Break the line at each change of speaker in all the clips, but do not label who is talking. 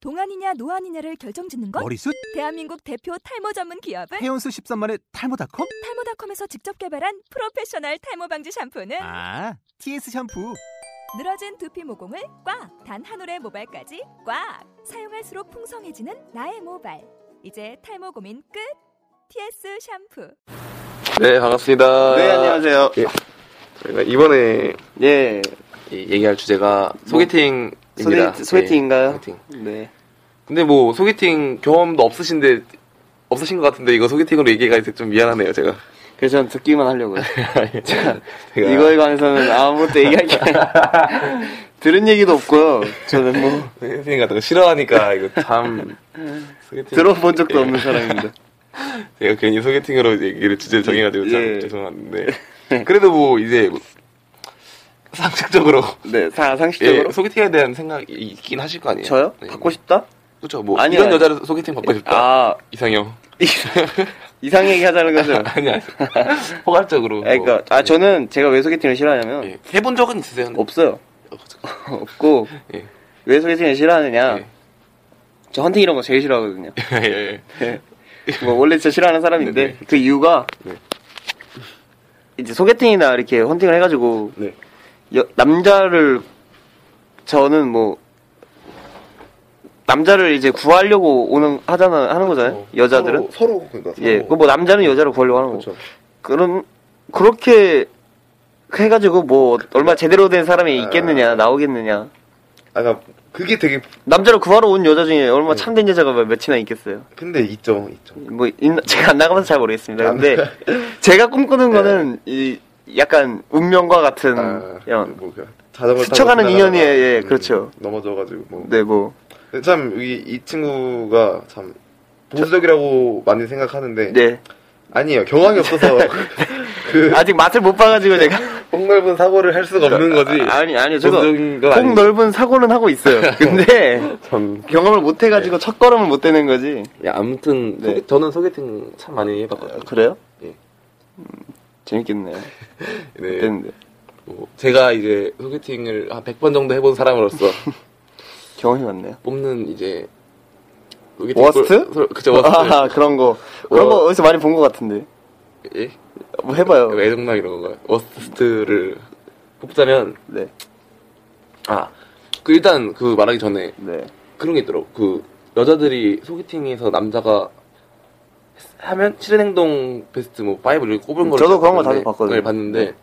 동안이냐 노안이냐를 결정짓는 건
머리숱?
대한민국 대표 탈모 전문 기업은
헤어스 13만의 탈모닷컴?
탈모닷컴에서 직접 개발한 프로페셔널 탈모 방지 샴푸는
아, TS 샴푸.
늘어진 두피 모공을 꽉 단 한 올의 모발까지 꽉 사용할수록 풍성해지는 나의 모발 이제 탈모 고민 끝 TS 샴푸
네, 반갑습니다.
네, 안녕하세요.
예. 저희가 이번에
예.
이- 얘기할 주제가 소개팅입니다.
뭐, 소개팅, 소개팅인가요?
네, 소개팅.
네.
근데 뭐 소개팅 경험도 없으신데 없으신 것 같은데 이거 소개팅으로 얘기가 좀 미안하네요, 제가.
그래서 저는 듣기만 하려고요.
제가
이거에 관해서는 아무것도 얘기할 게 아니라 들은 얘기도 없고요. 저는 뭐
소개팅 같은 거 싫어하니까 이거 참 소개팅
들어본 적도
예.
없는 사람입니다.
제가 괜히 소개팅으로 얘기를 주제를 정해가지고 참
예. 네.
죄송한데 그래도 뭐 이제 상식적으로
네, 사- 상식적으로
예, 소개팅에 대한 생각이 있긴 하실 거 아니에요?
저요?
네,
받고 싶다?
그렇죠. 뭐
아니요,
이런
아니요.
여자를 소개팅 받고 싶다.
아,
이상형.
이상 얘기하자는 거죠.
아니야. 포괄적으로.
네.
뭐.
아니, 그러니까 아 저는 제가 왜 소개팅을 싫어하냐면
예. 해본 적은 있으세요?
없어요. 없고
예.
왜 소개팅을 싫어하느냐?
예.
저 헌팅 이런 거 제일 싫어하거든요.
예, 예.
뭐 원래 진짜 싫어하는 사람인데
네네.
그 이유가
네.
이제 소개팅이나 이렇게 헌팅을 해가지고
네.
여- 남자를 저는 뭐 남자를 이제 구하려고 오는 하잖아 하는 거잖아요
어.
여자들은
서로, 그러니까.
예 그 뭐 남자는 여자를 구하려고 하는 거죠 그런 그렇게 해가지고 뭐
네.
얼마 제대로 된 사람이 있겠느냐 나오겠느냐
아, 그러니까 그게 되게
남자를 구하러 온 여자 중에
네.
얼마 참된 여자가 몇이나 있겠어요
근데 있죠, 있죠.
뭐 있나- 제가 안 나가봐서 잘 모르겠습니다. 근데 제가 네. 꿈꾸는 거는 이 약간 운명과 같은 이런
뭐 그, 자전거
스쳐가는
지나가다가, 음,
인연이에요, 예, 그렇죠.
넘어져가지고 뭐.
네 뭐.
근데 참, 이, 이 친구가 참 보수적이라고 많이 생각하는데
네.
아니에요. 경황이 없어서 그
아직 맛을 못 봐가지고 제가
폭넓은 사고를 할 수가 없는 거지.
아니 아니요 저도
보수적인 건
폭 넓은 사고는 하고 있어요. 근데
참.
경험을 못 해가지고 첫 걸음을 못 되는 거지.
야, 아무튼
네.
소개- 저는 소개팅 참 많이
아,
해봤거든요.
그래요?
예.
음, 재밌겠네요.
네.
됐는데
뭐, 제가 이제 소개팅을 한 100번 정도 해본 사람으로서
경험이 많네요.
뽑는 이제 소개팅
워스트?
꿀- 소- 그죠 워스트
아 그런 거 그런 거 어디서 많이 본 것 같은데.
예?
뭐 해봐요.
애정락 이런 건가요? 워스트를 뽑자면
네.
아그 일단 그 말하기 전에
네.
그런 게 있더라고 그 여자들이 소개팅에서 남자가 하면 실은 행동 베스트 뭐 파이브 이렇게 꼽은 걸
저도 그런 거
봤는데-
다들 봤거든요.
네, 봤는데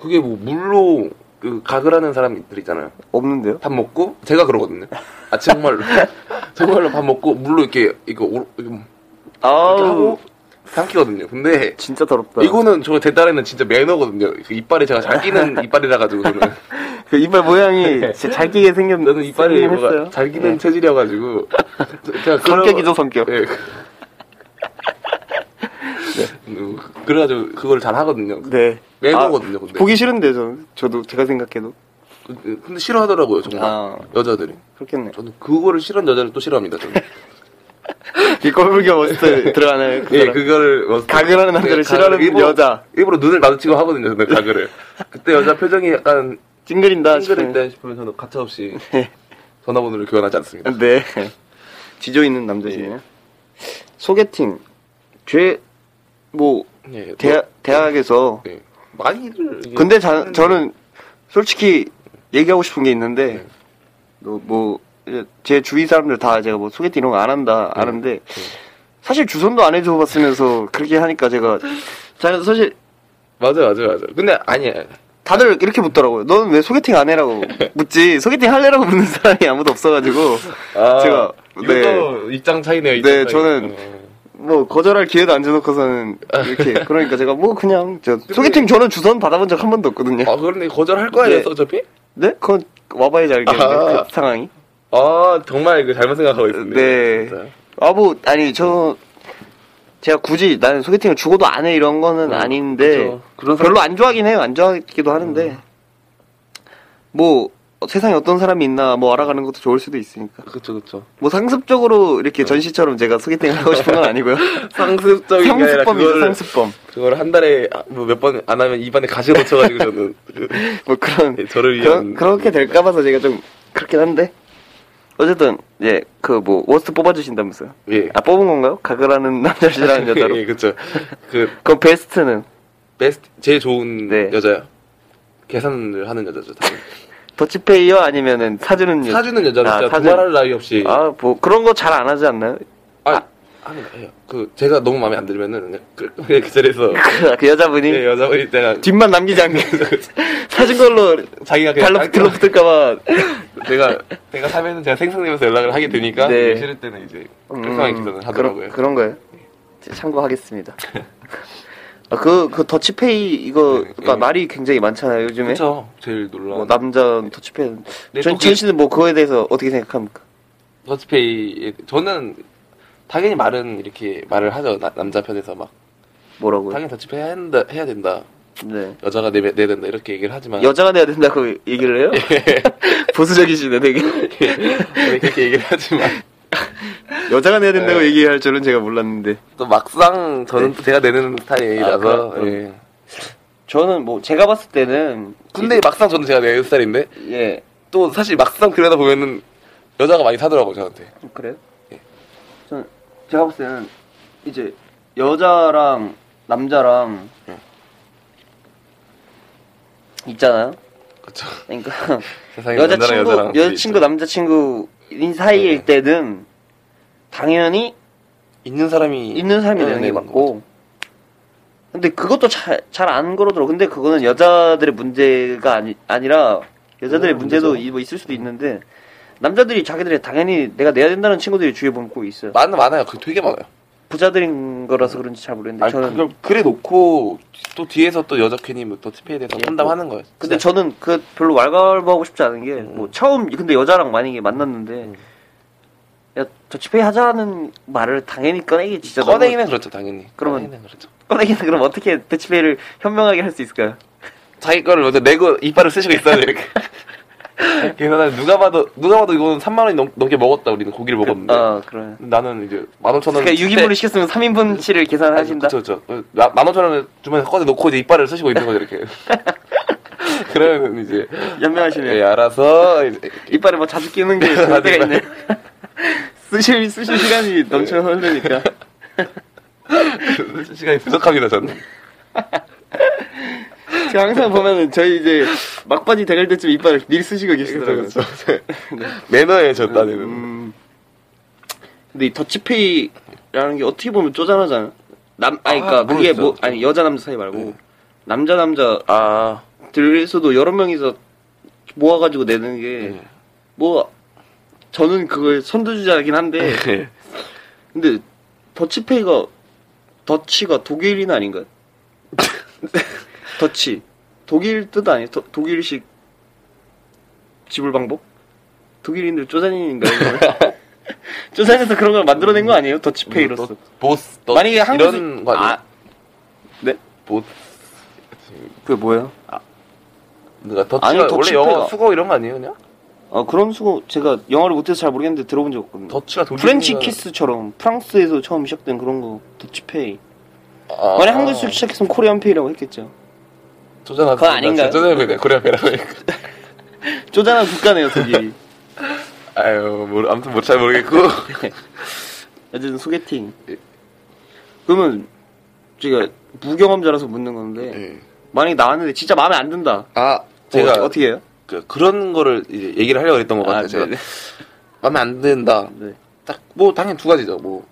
그게 뭐 물로 그 각을 하는 사람들 있잖아요
없는데요?
밥 먹고 제가 그러거든요 아 정말로 정말로 밥 먹고 물로 이렇게 이거 오로- 이렇게 이렇게
아우 뭐,
하고 삼키거든요. 근데
진짜 더럽다.
이거는 저 제 딸에는 진짜 매너거든요. 그 이빨에 제가 잘 끼는 이빨이라 가지고 저는
그 이빨 모양이 진짜 잘 끼게 생겼.
저는 네. 이빨이
생기긴
뭐가
했어요. 네.
잘 끼는 체질이어 가지고 제가 그런-
성격이죠 성격.
예. 음, 그래가지고 그걸 잘 하거든요.
네.
매너거든요.
아,
근데
보기 싫은데 저 저도 제가 생각해도.
그, 근데 싫어하더라고요. 정말
아.
여자들이.
그렇겠네.
저는 그거를 싫어하는 여자를 또 싫어합니다. 저는.
이 꼴불견 워스트 들어가는 그
예,
사람.
그거를 뭐-
가글 하는 남자를
예, 가글.
싫어하는 여자.
일부러 눈을 마주치고 하거든요. 저는 가글을. 그때 여자 표정이 약간
찡그린다.
싱글일
싶은.
때 싶으면 저는 가차없이 전화번호를 교환하지 않습니다.
네. 뒤져 있는 남자시네요. 소개팅. 죄 뭐
예,
대학 대학에서.
뭐, 예. 많이들. 이게
근데 자,
하는데
저는 솔직히 얘기하고 싶은 게 있는데 뭐,
네.
뭐제 주위 사람들 다 제가 뭐 소개팅 이런 거 안 한다
네.
아는데 사실 주선도 안 해줘 봤으면서 그렇게 하니까 제가 자 사실
맞아, 맞아, 맞아. 근데 아니야.
다들 이렇게 묻더라고요. 넌 왜 소개팅 안 해라고 묻지? 소개팅 할래라고 묻는 사람이 아무도 없어가지고
아,
제가 네,
이것도 입장 차이네요. 입장
네,
차이.
저는-
어.
뭐 거절할 기회도 안 줘놓고서는 이렇게 그러니까 제가 뭐 그냥 저 소개팅 저는 주선 받아본 적 한 번도 없거든요.
아, 그런데 거절할 거 아니었어,
네.
어차피?
네? 그건 와봐야지 알겠는데
아.
그 상황이.
아, 정말 그 잘못 생각하고 있습니다.
네.
진짜.
아, 뭐, 아니, 저, 제가 굳이 나는 소개팅을 주고도 안 해 이런 거는
음,
아닌데,
그죠. 그런 사람- 음.
별로 안 좋아하긴 해요. 안 좋아하기도 하는데, 뭐, 어, 세상에 어떤 사람이 있나 뭐 알아가는 것도 좋을 수도 있으니까.
그쵸, 그쵸.
뭐 상습적으로
어.
이렇게 전시처럼 제가 소개팅을 하고 싶은 건 아니고요.
상습적인 게 아니라
상습범이죠,
그거를,
상습범.
그걸 한 달에 아, 뭐 몇 번 안 하면 입안에 가시 놓쳐가지고 저는. 그-
뭐 그런,
예, 저를 위한.
그런 그렇게 될까봐서 제가 좀 그렇긴 한데, 어쨌든 이제 그 뭐 워스트 뽑아주신다면서요?
예.
아 뽑은 건가요? 가그라는 남자를 싫어하는 여자로.
예, 그렇죠. 그
그럼 베스트는
베스트 제일 좋은
네.
여자요. 계산을 하는 여자죠. 당연히.
더치페이어 아니면은 사주는 여
사주는 여자로
아,
진짜
사주-
도말할 나위 없이
아뭐 그런 거 잘 안 하지 않나요?
아, 합니다. 해요. 그 제가 너무 마음에 안 들면은 그냥 끌끌하게 그 자리에서
그, 그 여자분이
예, 여자분이 내가
뒷만 남기지 않게 사준 걸로
자기가 그냥
발로
깔끔하게
들어붙을까봐
내가 내가 사면은 제가 생성되면서 연락을 하게 되니까
네. 음,
싫을 때는 이제 불쌍하게 기도는 하더라고요.
그런, 그런 거예요. 참고하겠습니다. 아, 그, 그 더치페이 이거
네,
그러니까
예.
말이 굉장히 많잖아요 요즘에.
그렇죠. 제일 놀라운
뭐 남자 더치페이.
네,
전
또
지현 씨는 뭐 그거에 대해서 어떻게 생각합니까?
더치페이 예, 저는 당연히 말은 이렇게 말을 하죠. 나- 남자 편에서 막
뭐라고요?
당연히 더치페이 해야 된다, 해야 된다.
네.
여자가 내, 내야 된다 이렇게 얘기를 하지만
여자가 내야 된다고 얘기를 해요? 보수적이시네 되게.
네, 그렇게 얘기를 하지만
여자가 내야 된다고
네.
얘기할 줄은 제가 몰랐는데.
또 막상 저는 또 제가 내는 스타일이라서
아, 그럼-
예.
저는 뭐 제가 봤을 때는
근데 막상 저는 제가 내는 스타일인데
예
또 사실 막상 그러다 보면은 여자가 많이 사더라고 저한테
그래요?
예.
저는 제가 봤을 때는 이제 여자랑 남자랑
예.
있잖아요.
그렇죠
그러니까
세상에
여자친구 여자친구
남
남자친구 인
네.
사이일 때는 당연히
있는 사람이
있는 사람이
네,
되는 게
네,
맞고 근데 그것도 잘 잘 안 걸어들어 근데 그거는 여자들의 문제가 아니 아니라 여자들의
음,
문제도
문제죠.
이- 뭐 있을 수도 있는데 남자들이 자기들이 당연히 내가 내야 된다는 친구들이 주위에 보면 꼭 있어요
많 많아요 그 되게 많아요
부자들인 거라서 그런지 잘
음.
모르겠는데
아니,
저는
그걸 그래 놓고 또 뒤에서 또 여자 괜히 뭐 더치페이에 대해서
예,
상담하는 거예요 뭐.
근데
진짜.
저는 그 별로 왈가왈부하고 싶지 않은 게 뭐
음.
처음 근데 여자랑 만약에 만났는데 야 저치페이 하자는 말을 당연히 꺼내기 진짜 너무-
꺼내기는 그렇죠 당연히
그러면-
꺼내기는 그렇죠
꺼내기는 그럼 어떻게 더치페이를 현명하게 할 수 있을까요?
자기 거를 먼저 내고 이빨을 쓰시고 있어야 돼 이렇게 그래서 나는 누가 봐도 누가 봐도 이거는 3만 원이 넘, 넘게 먹었다 우리는 고기를 먹었는데
아 그래.
나는 이제 15,000원
그러니까 6인분을 시켰으면 3인분치를 계산하신다.
그렇죠 만 오천 원을 주머니에 꺼내 놓고 이제 이빨을 쓰시고 있는 거죠 이렇게 그러면 이제
연명하시네요.
예, 알아서 이제
이빨에 뭐 자주 끼는 게 그럴 때가 있네. 쓰실 쓰실 시간이 넘쳐 흐르니까.
시간이 부족합니다 저는
제가 항상 보면은 저희 이제 막바지 대갈 때쯤 이빨을 미리 쓰시고 계시더라고요.
그렇죠 매너에 저 따지는
음. 근데 이 더치페이라는 게 어떻게 보면 쪼잔하잖아요. 남 아니
아,
그러니까 그게
모르겠어요.
뭐 아니 여자 남자 사이 말고
네.
남자 남자
아
들에서도 여러 명이서 모아가지고 내는 게
네.
뭐 저는 그걸 선두주자긴 한데 근데 더치페이가 더치가 독일인 아닌가요? 더치 독일 뜻 아니에요? 더- 독일식 지불 방법? 독일인들 쪼잔인인가요? 이거는? 쪼잔해서 그런 걸 만들어낸 거 아니에요? 더치페이로서
너- 보스 너
만약에 한국에서-
음, 이런 거 아니야
아. 네?
보스
그게 뭐예요?
그러니까
아니,
더치가 원래
더치페이가-
영어 수거 이런 거 아니에요 그냥
아 그런 수고 제가 영어를 못해서 잘 모르겠는데 들어본 적 없거든요
더치가 독일
프렌치 키스처럼 프랑스에서 처음 시작된 그런 거 더치페이
아,
만약 한국에서 시작했으면 코리안페이라고 했겠죠
조장학
그건 아닌가요?
조장학이네 코리아페라고
쪼잔한 국가네요 독일이
아유 모르 아무튼 뭐 잘 모르겠고
어쨌든 소개팅 그러면 제가 무경험자라서 묻는 건데
예.
만약에 나왔는데 진짜 마음에 안 든다
아
제가
제가
어떻게 해요?
그, 그런 거를 이제 얘기를 하려고 했던 것 같아요 제가
네네.
마음에 안 든다
네.
딱 뭐 당연히 두 가지죠 뭐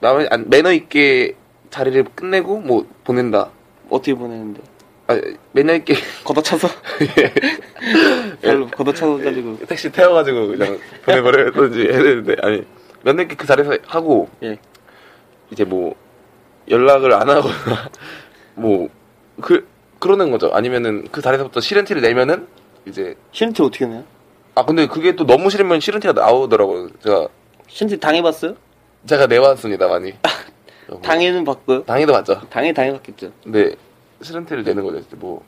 마음에 안- 매너 있게 자리를 끝내고 뭐 보낸다
어떻게 보내는데
아, 매너 있게
걷어차서
예.
별로 걷어차서 가지고
택시 태워가지고 그냥 보내버렸던지 해야 되는데 아니 몇 년께 그 자리에서 하고
예.
이제 뭐 연락을 안 하거나 뭐 그 그러는 거죠 아니면은 그 자리에서부터 싫은 티를 내면은 이제
신티 어떻게 내요?
아 근데 그게 또 너무 싫으면 싫은 티가 나오더라고요 제가
신티 당해봤어요?
제가 내왔습니다 많이 뭐,
당해는 봤고요
당해도 맞죠
당해 당해봤겠죠
근데 싫은 티를 내는 거죠 이제 뭐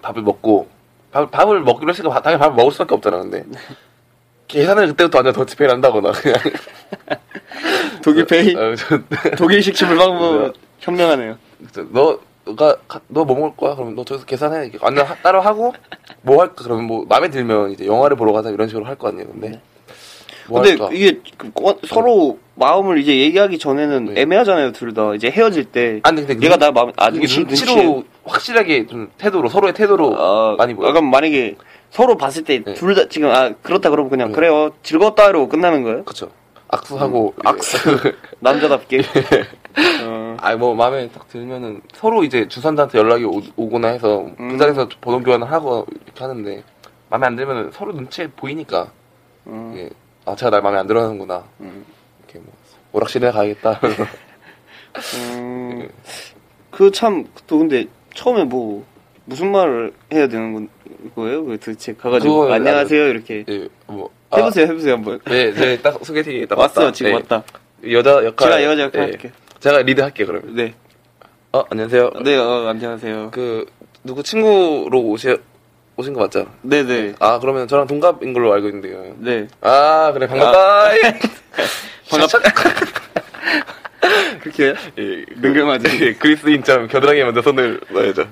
밥을 먹고 밥, 밥을 먹기로 했으니까 당연히 밥을 먹을 수밖에 없잖아 근데 계산을 그때부터 완전 더치페이를 한다거나 그냥
독일페이
어, 저-
독일식 지불 방법 현명하네요
그쵸. 너 너가 너 뭐 먹을 거야? 그러면 너 저기서 계산해. 이렇게 완전 하- 따로 하고 뭐 할까? 그러면 뭐 마음에 들면 이제 영화를 보러 가자 이런 식으로 할 거 아니에요. 근데 뭐
근데
할까?
이게 그 거- 서로 마음을 이제 얘기하기 전에는
네.
애매하잖아요, 둘 다. 이제 헤어질 때
아니 근데
얘가 나 마음 아
이게
눈치-
눈치로 확실하게 좀 태도로 서로의 태도로
아,
어, 많이 보여.
그럼 만약에 서로 봤을 때
네.
둘 다 지금 아 그렇다 그러면 그냥
네.
그래요 즐겁다 이러고 끝나는 거예요?
그렇죠. 악수하고
음, 악수.
네.
남자답게. 어,
아뭐 마음에 딱 들면은 서로 이제 주선자한테 연락이 오, 고나 해서
음.
그 자리에서 번호 교환을 하고 이렇게 하는데 마음에 안 들면은 서로 눈치 보이니까
음,
이게 아 제가 날 마음에 안 들어하는구나
음.
이렇게 뭐 오락실에 가야겠다.
음, 그참또 근데 처음에 뭐 무슨 말을 해야 되는 건 거예요? 그 도대체 가가지고
그거는
안녕하세요 이렇게
예, 뭐 아,
해보세요 해보세요 한번.
네, 네, 딱 소개팅에 딱
왔어
왔다.
지금
네.
왔다.
여자 역할.
제가 여자 역할
네.
할게.
제가 리드 할게 그러면.
네,
어 안녕하세요.
네 어, 안녕하세요.
그 누구 친구로 오시 오신 거 맞죠?
네, 네,
아 그러면 저랑 동갑인 걸로 알고 있는데요.
네.
아 그래 반갑다.
반갑다. 네. 그렇게
예,
능감하지.
예, 그리스인처럼 겨드랑이에 먼저 손을 넣어야죠.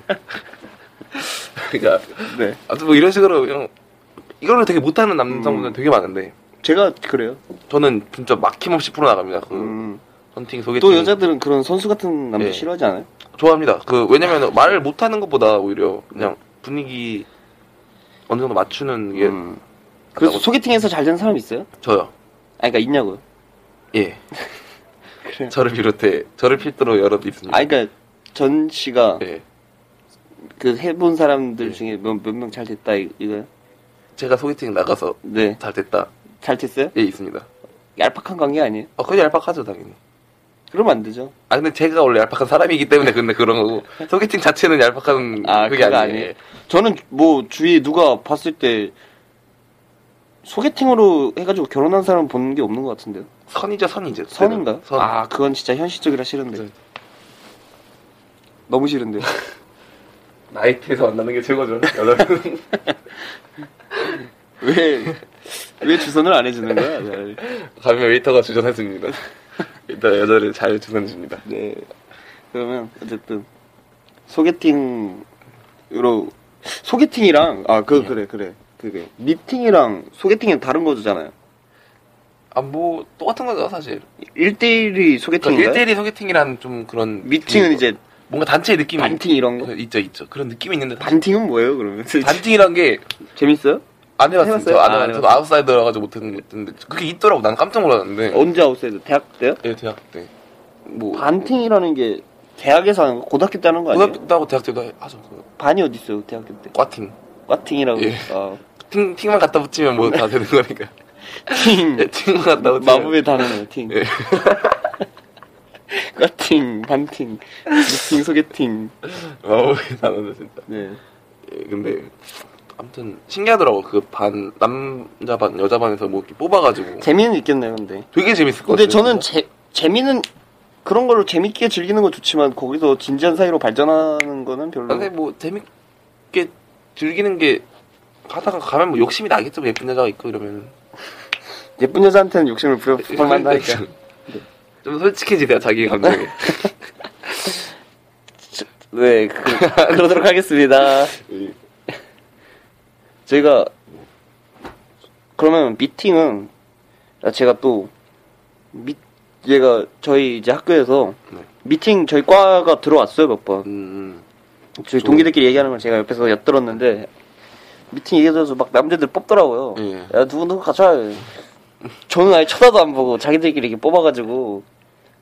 그러니까
네.
아무튼 뭐 이런 식으로 그냥 이거를 되게 못하는
음.
남성분들 되게 많은데
제가 그래요.
저는 진짜 막힘없이 풀어나갑니다. 그
음.
헌팅 소개팅
또 여자들은 그런 선수 같은 남자
예.
싫어하지 않아요?
좋아합니다. 그 왜냐면 말을 못하는 것보다 오히려 그냥 분위기 어느 정도 맞추는 게
음. 그래서
예. 나도-
소개팅에서 잘 된 사람 있어요?
저요.
아, 그러니까 있냐고요.
예.
그래요.
저를 비롯해 저를 필두로 여러 있습니다.
아, 그러니까 전 씨가
예.
그 해본 사람들
네.
중에 몇 명 잘 됐다 이- 이거요?
제가 소개팅 나가서
네,
잘 됐다.
잘 됐어요?
예, 있습니다.
얄팍한 관계 아니에요?
아, 그게 얄팍하죠, 당연히.
그러면 안 되죠.
아, 근데 제가 원래 얄팍한 사람이기 때문에 근데 그런 거고 소개팅 자체는 얄팍한
아,
음, 그게
그거
아니에요.
아니에요? 저는 뭐 주위에 누가 봤을 때 소개팅으로 해가지고 결혼한 사람 보는 게 없는 것 같은데요.
선이죠, 선이죠.
선인가요?
네, 선.
아, 그건 진짜 현실적이라 싫은데.
네.
너무 싫은데.
나이트에서 만나는 게 최고죠, 여러분.
왜, 왜 주선을 안 해주는 거야? 네.
가면 웨이터가 주전해줍니다. 일단 여자를 잘 주선해줍니다.
네. 그러면, 어쨌든, 소개팅으로, 소개팅이랑, 아,
네.
그, 그래, 그래. 그게. 미팅이랑 소개팅은 다른 거잖아요.
아, 뭐, 똑같은 거죠, 사실.
1대1이 소개팅인가요?
그러니까 1대1이 소개팅이란 좀 그런.
미팅은
그-
이제
뭔가 단체의 느낌이.
반팅 이런 거?
있죠, 있죠. 그런 느낌이 있는데.
반팅은 뭐예요, 그러면?
반팅이란 게 안
재밌어요?
해봤어요.
해봤어요?
저
아,
안
안
해봤어요. 저도 아웃사이더라가지고 못했는데. 그게 있더라고. 난 깜짝 놀랐는데.
언제 아웃사이드? 대학 때요?
예, 대학 때. 뭐.
어, 반팅이라는 게 대학에서 하는 거, 고등학교 때 하는 거 아니에요?
고등학교 때하고 대학 때도 하- 하죠. 그
반이 어디 있어요, 대학교 때?
꽈팅.
꽈팅이라고.
예.
아,
팅, 팅만 갖다 붙이면 뭐 다 되는 거니까.
팅.
예, 팅만 갖다 붙이면.
음. 마법의 단어네요, 팅.
예.
꽈팅, 반팅, 미팅, 소개팅.
마법의 단어죠, 진짜.
네.
예, 근데. 아무튼 신기하더라고 그 반 남자 반 여자 반에서 뭐 이렇게 뽑아가지고
재미는 있겠네요, 근데.
되게 재밌을 것
근데
같아요.
저는
진짜.
재, 재미는 그런 걸로 재밌게 즐기는 건 좋지만 거기서 진지한 사이로 발전하는 거는 별로.
근데 뭐 재밌게 즐기는 게 하다가 가면 뭐 욕심이 나겠죠. 뭐 예쁜 여자가 있고 이러면 네.
예쁜 여자한테는 욕심을 부려
그러니까.
부풀한다니까.
좀 솔직해지세요 자기 감정에.
네, 그, 그러도록 하겠습니다.
예.
저희가 그러면 미팅은 제가 또 미, 얘가 저희 이제 학교에서
네.
미팅 저희 과가 들어왔어요 몇 번.
음,
저희
좋은-
동기들끼리 얘기하는 걸 제가 옆에서 엿들었는데 미팅 얘기해줘서 막 남자들 뽑더라고요.
예.
야 누구 누구 가자. 저는 아예 쳐다도 안 보고 자기들끼리 이렇게 뽑아가지고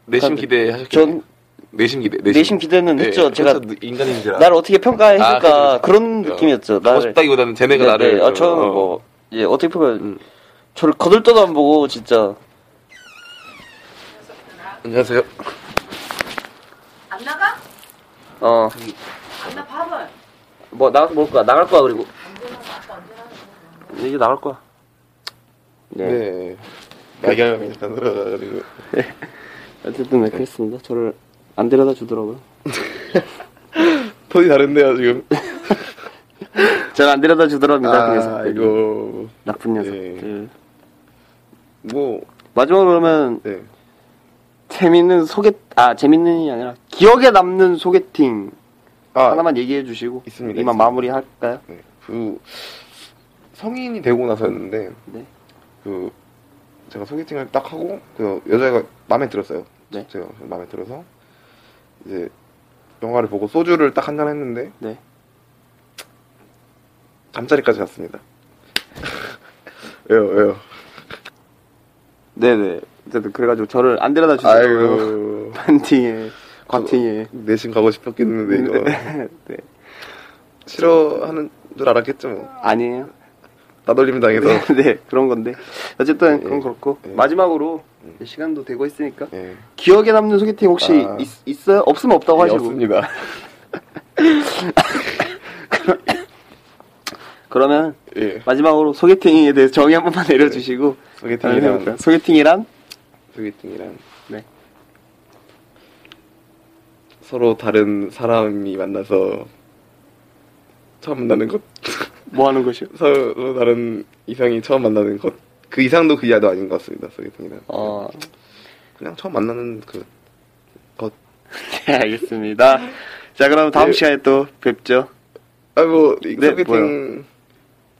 내심
그러니까
기대 하셨겠네.
전
내심 기대.
내심 기대는
예,
했죠. 제가
그렇죠. 인간인지라.
나를 어떻게
아, 그렇죠,
평가했을까
그렇죠.
그런
어,
느낌이었죠.
하고
나를
싶다기보다는 쟤네가
네,
나를.
네. 아, 저는
어,
뭐 예, 어떻게 보면
음.
저를 거들떠도 안 보고 진짜
안녕하세요.
안 나가?
어 뭐
안 나 밥을
나가서 먹을 거야 나갈 거야 그리고 이게 나갈 거야. 네.
나경이 일단 들어가가지고.
어쨌든 네, 그랬습니다. 저를 안 데려다 주더라고요.
톤이 다른데요 지금.
저를 안 데려다 주더랍니다. 네, 그
아
녀석들이.
이거
나쁜 녀석.
네.
들
뭐
마지막으로 그러면
네.
재밌는 소개 아 재밌는이 아니라 기억에 남는 소개팅
아,
하나만 얘기해 주시고
있습니다,
이만
있습니다.
마무리 할까요?
네, 그 성인이 되고 나서였는데
네.
그 제가 소개팅을 딱 하고 그 여자애가 마음에 들었어요.
네.
제가 마음에 들어서 이제 영화를 보고 소주를 딱 한 잔 했는데
네.
잠자리까지 갔습니다. 왜요 왜요?
네네. 어쨌든 그래가지고 저를 안 데려다 주세요.
아유
반팅에 과팅에.
내심 가고 싶었겠는데 이거
네.
싫어하는 줄 알았겠죠 뭐
아니에요.
따돌림 당해서
네 그런 건데 어쨌든
네.
그건 그렇고
네.
마지막으로 이제 시간도 되고 있으니까
예
기억에 남는 소개팅 혹시
아.
있, 어요 없으면 없다고
예,
하시고
없습니다.
그러면
예
마지막으로 소개팅에 대해서 정의 한 번만 내려주시고 다른 해볼까요?
소개팅이랑
소개팅이란
소개팅이랑
네.
서로 다른 사람이 만나서 처음 만나는 것
뭐 하는 것이요?
서로 다른 이상이 처음 만나는 것 그 이상도 그 이하도 아닌 것 같습니다 소개팅이랑
어,
그냥 처음 만나는 그
네, 알겠습니다. 자, 그럼 다음
네.
시간에 또 뵙죠.
아이고 이
네,
소개팅